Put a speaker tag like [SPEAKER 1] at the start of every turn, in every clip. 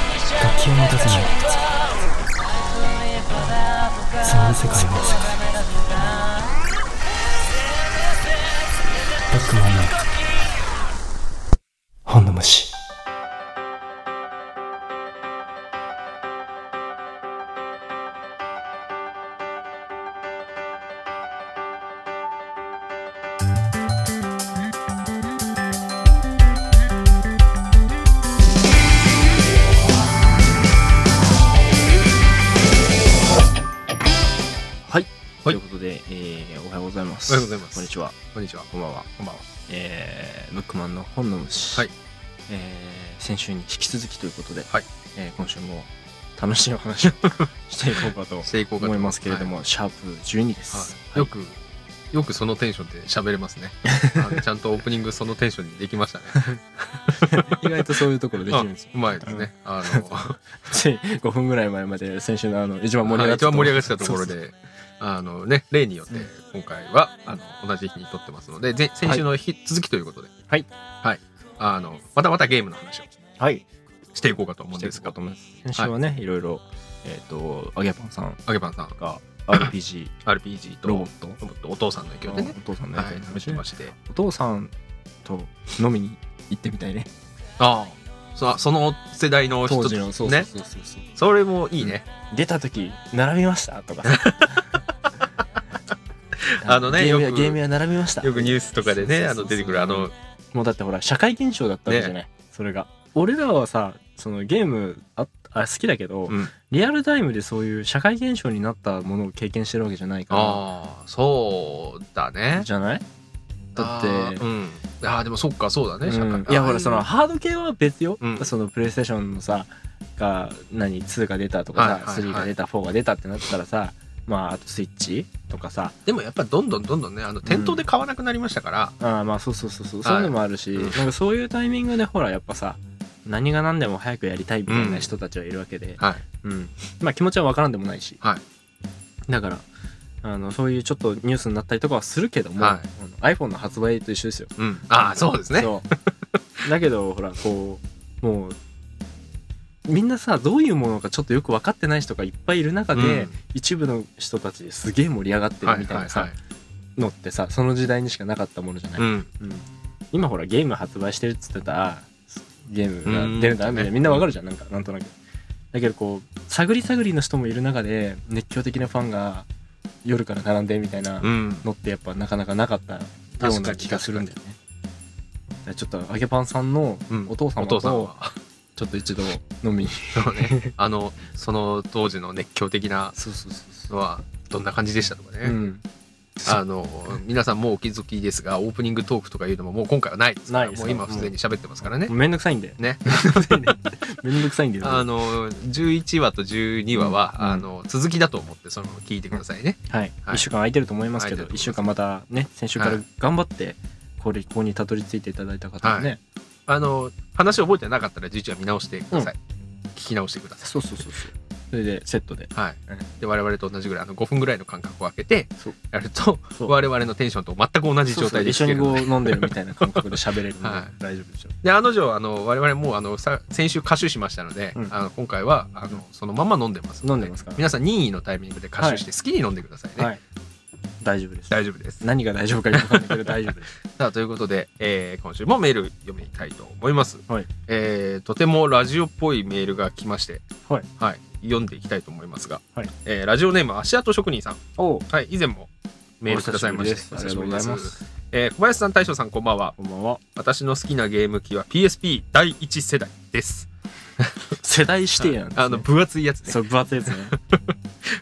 [SPEAKER 1] を持たせないそんな世界は世界バックマンの本の虫
[SPEAKER 2] はい
[SPEAKER 3] ということで、えー、おはようございます。
[SPEAKER 2] おはようございます
[SPEAKER 3] こんにちは。
[SPEAKER 2] こんにちは。
[SPEAKER 3] こんばんは。
[SPEAKER 2] こんばんは。
[SPEAKER 3] えー、ブックマンの本の虫。
[SPEAKER 2] はい。
[SPEAKER 3] えー、先週に引き続きということで、
[SPEAKER 2] はい。
[SPEAKER 3] えー、今週も楽しいお話をしていこうかと
[SPEAKER 2] 成功かと
[SPEAKER 3] 思いますけれど。も、シャープ12です。
[SPEAKER 2] はいよく、よくそのテンションで喋れ ますね。あのちゃんとオープニングそのテンションにできま したね。
[SPEAKER 3] 意外とそういうところできるんですよ。
[SPEAKER 2] うまいですね。 あ
[SPEAKER 3] つい5分ぐらい前まで先週のあの一番盛り上
[SPEAKER 2] の、
[SPEAKER 3] がって
[SPEAKER 2] 一
[SPEAKER 3] た
[SPEAKER 2] 番盛り上がってたところ
[SPEAKER 3] そう
[SPEAKER 2] で、あのね、例によって今回はあの同じ日に撮ってますので、前先週の引き続きということで、
[SPEAKER 3] はい。
[SPEAKER 2] はい。あの、またまたゲームの話を
[SPEAKER 3] そうはい。
[SPEAKER 2] していこうかと思う
[SPEAKER 3] し
[SPEAKER 2] ん
[SPEAKER 3] てい
[SPEAKER 2] で
[SPEAKER 3] く
[SPEAKER 2] す
[SPEAKER 3] か
[SPEAKER 2] が
[SPEAKER 3] と、思います。先週はね、い、ろいろ、えっ、と、あげぱんさん
[SPEAKER 2] あげぱんさん、
[SPEAKER 3] が RPG、
[SPEAKER 2] RPG と
[SPEAKER 3] ロボット、
[SPEAKER 2] お父さんの影響でね、
[SPEAKER 3] お父さんのや
[SPEAKER 2] は
[SPEAKER 3] つ
[SPEAKER 2] い、
[SPEAKER 3] に
[SPEAKER 2] 楽しみまして。
[SPEAKER 3] お父さんと飲みに行ってみたいね。
[SPEAKER 2] ああ、そその世代の人
[SPEAKER 3] 当
[SPEAKER 2] た
[SPEAKER 3] 時
[SPEAKER 2] ち
[SPEAKER 3] の、そうそう
[SPEAKER 2] ね。
[SPEAKER 3] そうそうそう、
[SPEAKER 2] それもいいね。
[SPEAKER 3] 出た時、並びましたとかさ
[SPEAKER 2] あのね
[SPEAKER 3] ゲームや
[SPEAKER 2] よく
[SPEAKER 3] ゲームや並びました。
[SPEAKER 2] よくニュースとかでね、あの出てくるあの、
[SPEAKER 3] もうだってほら、社会現象だったわけじゃない。それが。俺らはさ、そのゲームああ好きだけど、
[SPEAKER 2] うん
[SPEAKER 3] リアルタイムでそういう社会現象になったものを経験してるわけじゃないか
[SPEAKER 2] ああ、そう
[SPEAKER 3] ら。
[SPEAKER 2] だね。
[SPEAKER 3] じゃないだって、
[SPEAKER 2] あーうん。ああ、でもそっか、そうだね、社
[SPEAKER 3] う
[SPEAKER 2] 会
[SPEAKER 3] ん。いやほらその
[SPEAKER 2] あ
[SPEAKER 3] ハード系は別よ、
[SPEAKER 2] うん
[SPEAKER 3] そのプレイステーションのさが何2が出たとかさ、
[SPEAKER 2] はいはいはい
[SPEAKER 3] 3が出た4が出たってなったらさまああとスイッチとかさ
[SPEAKER 2] でもやっぱどんどんどんどんね、あの店頭で買わなくなりましたから、
[SPEAKER 3] あーまあそうそうそうそう、
[SPEAKER 2] はい
[SPEAKER 3] そういうのもあるし、
[SPEAKER 2] うん
[SPEAKER 3] なんかそういうタイミングでほらやっぱさ何が何でも早くやりたいみたいな人たちはいるわけで、
[SPEAKER 2] はい。
[SPEAKER 3] うんまあ気持ちは分からんでもないし、
[SPEAKER 2] はい
[SPEAKER 3] だからあのそういうちょっとニュースになったりとかはするけども、
[SPEAKER 2] は
[SPEAKER 3] あの iPhone の発売と一緒ですよ
[SPEAKER 2] うん。ああ、そうですね。
[SPEAKER 3] そうだけどほらこうもうみんなさどういうものかちょっとよく分かってない人がいっぱいいる中で、
[SPEAKER 2] うん
[SPEAKER 3] 一部の人たちですげえ盛り上がってるみたいなさ、
[SPEAKER 2] はいはい
[SPEAKER 3] のってさその時代にしかなかったものじゃない、
[SPEAKER 2] はいうん。
[SPEAKER 3] うん今ほらゲーム発売してるっつってたらゲームが出るんだ
[SPEAKER 2] うん
[SPEAKER 3] みたいなみんなわかるじゃんなんかなんとなくだけどこう探り探りの人もいる中で熱狂的なファンが夜から並んでみたいな
[SPEAKER 2] うん。
[SPEAKER 3] のってやっぱなかなかなかったよう
[SPEAKER 2] 確か
[SPEAKER 3] な
[SPEAKER 2] に
[SPEAKER 3] 気がするんだよねだからちょっと揚げパンさんの
[SPEAKER 2] うん
[SPEAKER 3] お父様
[SPEAKER 2] お父さん
[SPEAKER 3] と
[SPEAKER 2] は。
[SPEAKER 3] ちょっと一度飲みに
[SPEAKER 2] そうね。あの、その当時の熱狂的な
[SPEAKER 3] そうそうそう
[SPEAKER 2] のは、どんな感じでしたとかね。
[SPEAKER 3] うん
[SPEAKER 2] あの皆さんもうお気づきですがオープニングトークとかいうのももう今回はないですから
[SPEAKER 3] ないです
[SPEAKER 2] もう今
[SPEAKER 3] うん
[SPEAKER 2] すでに喋ってますからね。
[SPEAKER 3] めんどくさいんだよ
[SPEAKER 2] ね、
[SPEAKER 3] めんどくさいんだよ
[SPEAKER 2] あの11話と12話は、
[SPEAKER 3] うん
[SPEAKER 2] あの続きだと思ってそのまま聞いてくださいね。
[SPEAKER 3] はい、
[SPEAKER 2] はい
[SPEAKER 3] 1週間空いてると思いますけ
[SPEAKER 2] 空
[SPEAKER 3] ど
[SPEAKER 2] いて
[SPEAKER 3] 1
[SPEAKER 2] ると思います
[SPEAKER 3] 週間またね先週か
[SPEAKER 2] は
[SPEAKER 3] ら
[SPEAKER 2] い
[SPEAKER 3] 頑張ってこれここにたどり着いていただいた方はね、
[SPEAKER 2] あの話覚えてなかったら11話見直してください。聞き直してくださ
[SPEAKER 3] そうそうそうそうそれでセットで
[SPEAKER 2] い。はい
[SPEAKER 3] うん、
[SPEAKER 2] で我々と同じぐらいあの5分ぐらいの間隔を空けて
[SPEAKER 3] そう
[SPEAKER 2] やると
[SPEAKER 3] そう
[SPEAKER 2] 我々のテンションと全く同じ状態で
[SPEAKER 3] そ
[SPEAKER 2] 聞
[SPEAKER 3] うそう
[SPEAKER 2] け
[SPEAKER 3] 一緒に
[SPEAKER 2] るので
[SPEAKER 3] こう飲んでるみたいな感覚で喋れるので、
[SPEAKER 2] はい
[SPEAKER 3] 大丈夫でしょう
[SPEAKER 2] であの女あの我々もうあのさ先週歌手しましたので、
[SPEAKER 3] うん
[SPEAKER 2] あの今回はあのそのまま飲んでますので
[SPEAKER 3] 飲んでますから
[SPEAKER 2] 皆さん任意のタイミングで歌手して好きに飲んでくださいね、
[SPEAKER 3] はい大丈夫です
[SPEAKER 2] 大丈夫です
[SPEAKER 3] 何が大丈夫かよくわかんないけど大丈夫 です
[SPEAKER 2] さあということで、えー今週もメール読みたいと思います、
[SPEAKER 3] はい
[SPEAKER 2] えーとてもラジオっぽいメールが来まして、
[SPEAKER 3] はい
[SPEAKER 2] 読んでいきたいと思いますが、
[SPEAKER 3] はい
[SPEAKER 2] えーラジオネーム足跡職人さん、
[SPEAKER 3] おう
[SPEAKER 2] はい、以前もメールくださいまして、
[SPEAKER 3] お久しぶりですありがとうございます
[SPEAKER 2] えー小林さん大将さんこんばんは
[SPEAKER 3] こんばんは
[SPEAKER 2] 私の好きなゲーム機は PSP 第一世代です
[SPEAKER 3] 世代指定なんです、ね、
[SPEAKER 2] あの分厚いやつね
[SPEAKER 3] そう分厚いやつね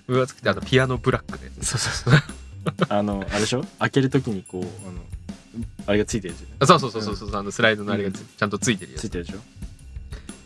[SPEAKER 2] 分厚くてあのピアノブラックで
[SPEAKER 3] そうそうそうあのあれでしょ開けるときにこうあのあれがついてるじゃん
[SPEAKER 2] あそうそうそうそうそう、あのスライドのあれがつちゃんとついてるや
[SPEAKER 3] つ
[SPEAKER 2] つ
[SPEAKER 3] い、てるでしょ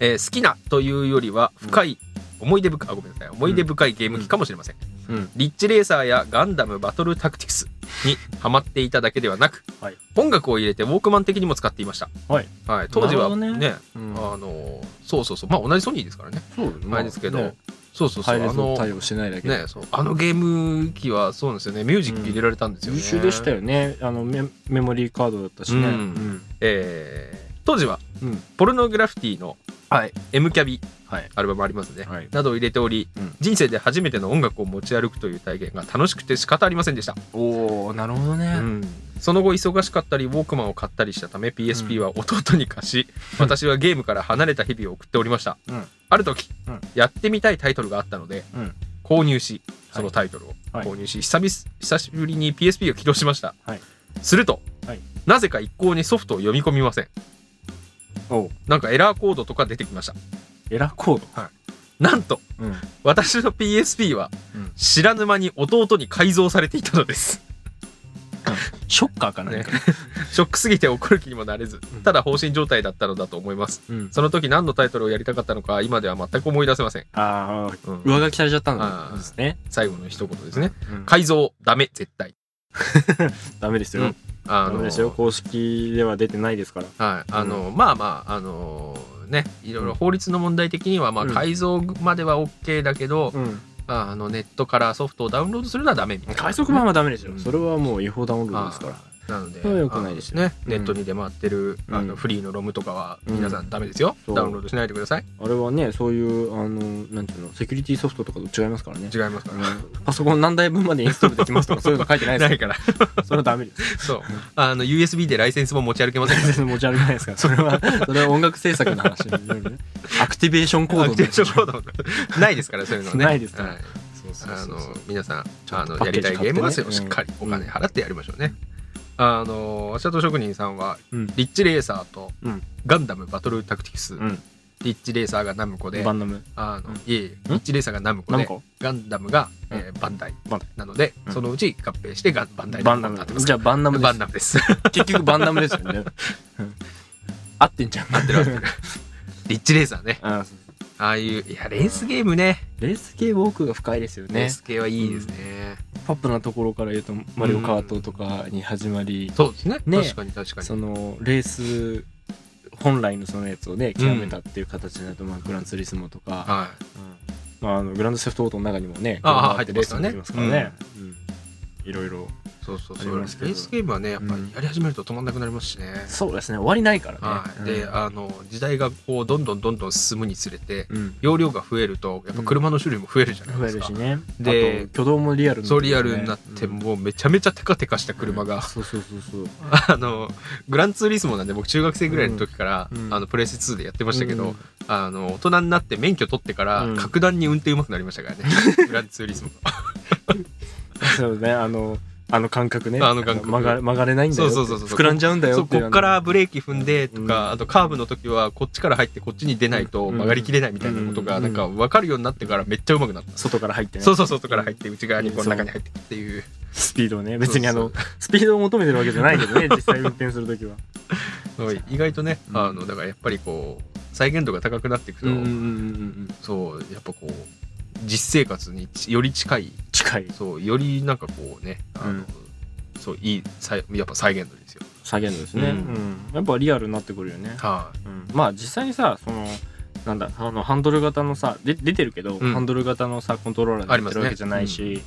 [SPEAKER 2] えー好きなというよりは深い、思い出深いあごめんなさい思い出深いゲーム機かもしれません、
[SPEAKER 3] うん
[SPEAKER 2] リッチレーサーやガンダムバトルタクティクスにハマっていただけではなく、
[SPEAKER 3] はい
[SPEAKER 2] 音楽を入れてウォークマン的にも使っていました、
[SPEAKER 3] はい
[SPEAKER 2] はい、当時は
[SPEAKER 3] なる
[SPEAKER 2] ね
[SPEAKER 3] ほどうん
[SPEAKER 2] あのーそうそうそうまあ同じソニーですからね
[SPEAKER 3] そうだね
[SPEAKER 2] 前ですけど、
[SPEAKER 3] ね
[SPEAKER 2] そうそうそ
[SPEAKER 3] ハイ
[SPEAKER 2] う
[SPEAKER 3] レ
[SPEAKER 2] あ
[SPEAKER 3] ゾ
[SPEAKER 2] の
[SPEAKER 3] 対応してないだけで、
[SPEAKER 2] ね、そうあのゲーム機はそうなんですよねミュージック入れられたんですよね、
[SPEAKER 3] 優秀でしたよねあのメメモリーカードだったしね
[SPEAKER 2] うんえー当時は
[SPEAKER 3] うん
[SPEAKER 2] ポルノグラフィティの
[SPEAKER 3] はい。
[SPEAKER 2] M キャビ
[SPEAKER 3] はい。
[SPEAKER 2] アルバムありますね、
[SPEAKER 3] はい。
[SPEAKER 2] などを入れており、
[SPEAKER 3] うん
[SPEAKER 2] 人生で初めての音楽を持ち歩くという体験が楽しくて仕方ありませんでした、
[SPEAKER 3] おおなるほどね。
[SPEAKER 2] うんその後忙しかったりウォークマンを買ったりしたため PSP は弟に貸し、私はゲームから離れた日々を送っておりました、
[SPEAKER 3] うん
[SPEAKER 2] ある時、
[SPEAKER 3] うん
[SPEAKER 2] やってみたいタイトルがあったので、
[SPEAKER 3] うん
[SPEAKER 2] 購入しそのタイトルを
[SPEAKER 3] はい
[SPEAKER 2] 購入し、久々久しぶりに PSP を起動しました、
[SPEAKER 3] はい
[SPEAKER 2] すると、
[SPEAKER 3] はい
[SPEAKER 2] なぜか一向にソフトを読み込みません
[SPEAKER 3] おう
[SPEAKER 2] なんかエラーコードとか出てきました
[SPEAKER 3] エラーコー
[SPEAKER 2] なんと
[SPEAKER 3] ド。うん。
[SPEAKER 2] 私の PSP は
[SPEAKER 3] うん
[SPEAKER 2] 知らぬ間に弟に改造されていた のです、
[SPEAKER 3] ショッカーかな。
[SPEAKER 2] ねショックすぎて怒る気にもなれず
[SPEAKER 3] うん
[SPEAKER 2] ただ放心状態だったのだと思います
[SPEAKER 3] うん。
[SPEAKER 2] その時何のタイトルをやりたかったのか今では全く思い出せません、
[SPEAKER 3] ああ
[SPEAKER 2] うん
[SPEAKER 3] 上書きされちゃったん
[SPEAKER 2] あ
[SPEAKER 3] だ
[SPEAKER 2] ー
[SPEAKER 3] ですね。
[SPEAKER 2] 最後の一言ですね
[SPEAKER 3] うん
[SPEAKER 2] 改造ダメ絶対
[SPEAKER 3] ダメです
[SPEAKER 2] う
[SPEAKER 3] よ
[SPEAKER 2] ん。あ
[SPEAKER 3] ダメ
[SPEAKER 2] の
[SPEAKER 3] ですよ。公式では出てないですから。
[SPEAKER 2] はいあの、まあまああのねいろいろ法律の問題的には、まあ、
[SPEAKER 3] うん
[SPEAKER 2] 改造までは OK だけど、
[SPEAKER 3] うん。
[SPEAKER 2] あのネットからソフトをダウンロードするのはダメみたいな
[SPEAKER 3] 海賊版はダメです
[SPEAKER 2] う
[SPEAKER 3] よ。
[SPEAKER 2] ん
[SPEAKER 3] それはもう違法ダウンロードですから。
[SPEAKER 2] なので、
[SPEAKER 3] それは良くないですよ
[SPEAKER 2] あのね、
[SPEAKER 3] うん
[SPEAKER 2] ネットに出回ってる、あ
[SPEAKER 3] う
[SPEAKER 2] の
[SPEAKER 3] ん
[SPEAKER 2] フリーのロムとかは、
[SPEAKER 3] うん
[SPEAKER 2] 皆さんダメですよ、
[SPEAKER 3] そう
[SPEAKER 2] ダウンロードしないでください。
[SPEAKER 3] あれはね、そういう、あの、なんていうの、セキュリティソフトとかと違いますからね
[SPEAKER 2] 違。いますか
[SPEAKER 3] あのパソコン何台分までインストールでき ますとか、そういうの書いてな
[SPEAKER 2] ら。
[SPEAKER 3] いで
[SPEAKER 2] な
[SPEAKER 3] す
[SPEAKER 2] いから。
[SPEAKER 3] から。それはダメです。
[SPEAKER 2] そう。あの、USB でライセンスも持ち歩けません。
[SPEAKER 3] 全然持ち歩かないですから。 それは、それは音楽制作の話になるね。 アクティベーションコード
[SPEAKER 2] ア
[SPEAKER 3] の
[SPEAKER 2] クティベーションコードもないですから、そういうのはね。
[SPEAKER 3] ないですから
[SPEAKER 2] はい
[SPEAKER 3] そうそう
[SPEAKER 2] あ
[SPEAKER 3] そ
[SPEAKER 2] の
[SPEAKER 3] うそう、
[SPEAKER 2] 皆さん、
[SPEAKER 3] ちゃ
[SPEAKER 2] あ
[SPEAKER 3] んと
[SPEAKER 2] の、
[SPEAKER 3] パ
[SPEAKER 2] や
[SPEAKER 3] ッケ
[SPEAKER 2] り
[SPEAKER 3] ージ
[SPEAKER 2] たい
[SPEAKER 3] 買
[SPEAKER 2] ゲ
[SPEAKER 3] ってね
[SPEAKER 2] ームはそれをしっかりお金払ってやりましょうね。あの、シャトー職人さんは、
[SPEAKER 3] うん。
[SPEAKER 2] リッチレーサーと
[SPEAKER 3] うん、
[SPEAKER 2] ガンダムバトルタクティクス、
[SPEAKER 3] うん。
[SPEAKER 2] リッチレーサーがナムコで
[SPEAKER 3] バ、ンナム。
[SPEAKER 2] あの
[SPEAKER 3] うん、
[SPEAKER 2] いえいえ、リッチレーサーがナムコ
[SPEAKER 3] 何
[SPEAKER 2] で、
[SPEAKER 3] 個
[SPEAKER 2] ガンダムが、
[SPEAKER 3] うん
[SPEAKER 2] えーバンダイ
[SPEAKER 3] バンダ
[SPEAKER 2] なので、
[SPEAKER 3] うん
[SPEAKER 2] そのうち合併してガンバンダイ
[SPEAKER 3] バンダ
[SPEAKER 2] にな
[SPEAKER 3] ム
[SPEAKER 2] って。ます
[SPEAKER 3] じゃあバンナムで
[SPEAKER 2] バン
[SPEAKER 3] す
[SPEAKER 2] ダ。ムです。
[SPEAKER 3] 結局バンダムですよね。うん合ってんじゃん。合ってる合ってる。
[SPEAKER 2] リッチレーサーね。
[SPEAKER 3] あそうそう
[SPEAKER 2] ああいう、いや、レースゲームね。
[SPEAKER 3] レース系ウォークが深いですよ
[SPEAKER 2] レー
[SPEAKER 3] ね。
[SPEAKER 2] ス系はいいですね。
[SPEAKER 3] ポップなところから言うと、マリオカートとかに始まり、
[SPEAKER 2] そうですね。
[SPEAKER 3] ね
[SPEAKER 2] 確かに確か
[SPEAKER 3] そ
[SPEAKER 2] に。
[SPEAKER 3] のレース本来のそのやつをね極めたっていう形になると、まあ、グランツーリスモとか、
[SPEAKER 2] はい。
[SPEAKER 3] まあ、あのグランドセフトオートの中にもね車
[SPEAKER 2] ああ
[SPEAKER 3] がってレースもできますから
[SPEAKER 2] 入って
[SPEAKER 3] ね
[SPEAKER 2] ま、
[SPEAKER 3] うんいろいろ
[SPEAKER 2] そうそう
[SPEAKER 3] あ
[SPEAKER 2] そ
[SPEAKER 3] り
[SPEAKER 2] う。レ
[SPEAKER 3] ますけど
[SPEAKER 2] ースゲームはね、やっぱ
[SPEAKER 3] うん
[SPEAKER 2] りやり始めると止まんなくなりますしね。
[SPEAKER 3] そうですね終わりないからね、
[SPEAKER 2] はい。
[SPEAKER 3] うん
[SPEAKER 2] で、あの、時代がこう、どんどんどんどん進むにつれて、
[SPEAKER 3] うん
[SPEAKER 2] 容量が増えると、やっぱ車の種類も増えるじゃない
[SPEAKER 3] 増
[SPEAKER 2] で
[SPEAKER 3] え
[SPEAKER 2] す
[SPEAKER 3] る
[SPEAKER 2] か
[SPEAKER 3] し。ね
[SPEAKER 2] で
[SPEAKER 3] あと挙動もリアル
[SPEAKER 2] そうリアルになって、
[SPEAKER 3] うん
[SPEAKER 2] もうめちゃめちゃテカテカした車が
[SPEAKER 3] そうそうそうそう
[SPEAKER 2] あのグランツーリスモなんで僕中学生ぐらいの時から、
[SPEAKER 3] うん
[SPEAKER 2] あのプレステ2でやってましたけ
[SPEAKER 3] う
[SPEAKER 2] ど、
[SPEAKER 3] ん
[SPEAKER 2] あの大人になって免許取ってから、
[SPEAKER 3] うん
[SPEAKER 2] 格段に運転うまくなりました からねグランツーリスモ
[SPEAKER 3] そうねあのあの感覚ね
[SPEAKER 2] あの感覚
[SPEAKER 3] 曲が曲がれないんだよって
[SPEAKER 2] そうそうそうそう
[SPEAKER 3] 膨らんじゃうんだよ
[SPEAKER 2] そう
[SPEAKER 3] ってい
[SPEAKER 2] こ
[SPEAKER 3] う
[SPEAKER 2] っからブレーキ踏んでとか、
[SPEAKER 3] うん
[SPEAKER 2] あとカーブの時はこっちから入ってこっちに出ないと
[SPEAKER 3] うん
[SPEAKER 2] 曲がりきれないみたいなことが
[SPEAKER 3] うん
[SPEAKER 2] なんか分かるようになってからめっちゃうまくなった、
[SPEAKER 3] 外から入ってね
[SPEAKER 2] そうそうそう外から入って内側にこう中に入ってっていう
[SPEAKER 3] スピードをね別にあ
[SPEAKER 2] そ
[SPEAKER 3] の
[SPEAKER 2] う
[SPEAKER 3] スピードを求めてるわけじゃないけ どね実際運転する時は
[SPEAKER 2] そう意外とね、
[SPEAKER 3] うん
[SPEAKER 2] あのだからやっぱりこう再現度が高くなっていくと、
[SPEAKER 3] ん
[SPEAKER 2] そうやっぱこう実生活により近い
[SPEAKER 3] 近い
[SPEAKER 2] そうよりなんかこうねあの、
[SPEAKER 3] うん
[SPEAKER 2] そういい再やっぱ再現度ですよ
[SPEAKER 3] 下げるんですね、
[SPEAKER 2] うん
[SPEAKER 3] うんやっぱリアルになってくるよね、
[SPEAKER 2] はい
[SPEAKER 3] うんまあ実際にさそのなんだあのハンドル型のさで出てるけど、
[SPEAKER 2] うん
[SPEAKER 3] ハンドル型のさコントローラーで
[SPEAKER 2] あ
[SPEAKER 3] や
[SPEAKER 2] り
[SPEAKER 3] っ
[SPEAKER 2] ま
[SPEAKER 3] て
[SPEAKER 2] す
[SPEAKER 3] る
[SPEAKER 2] ね
[SPEAKER 3] わけじゃないし、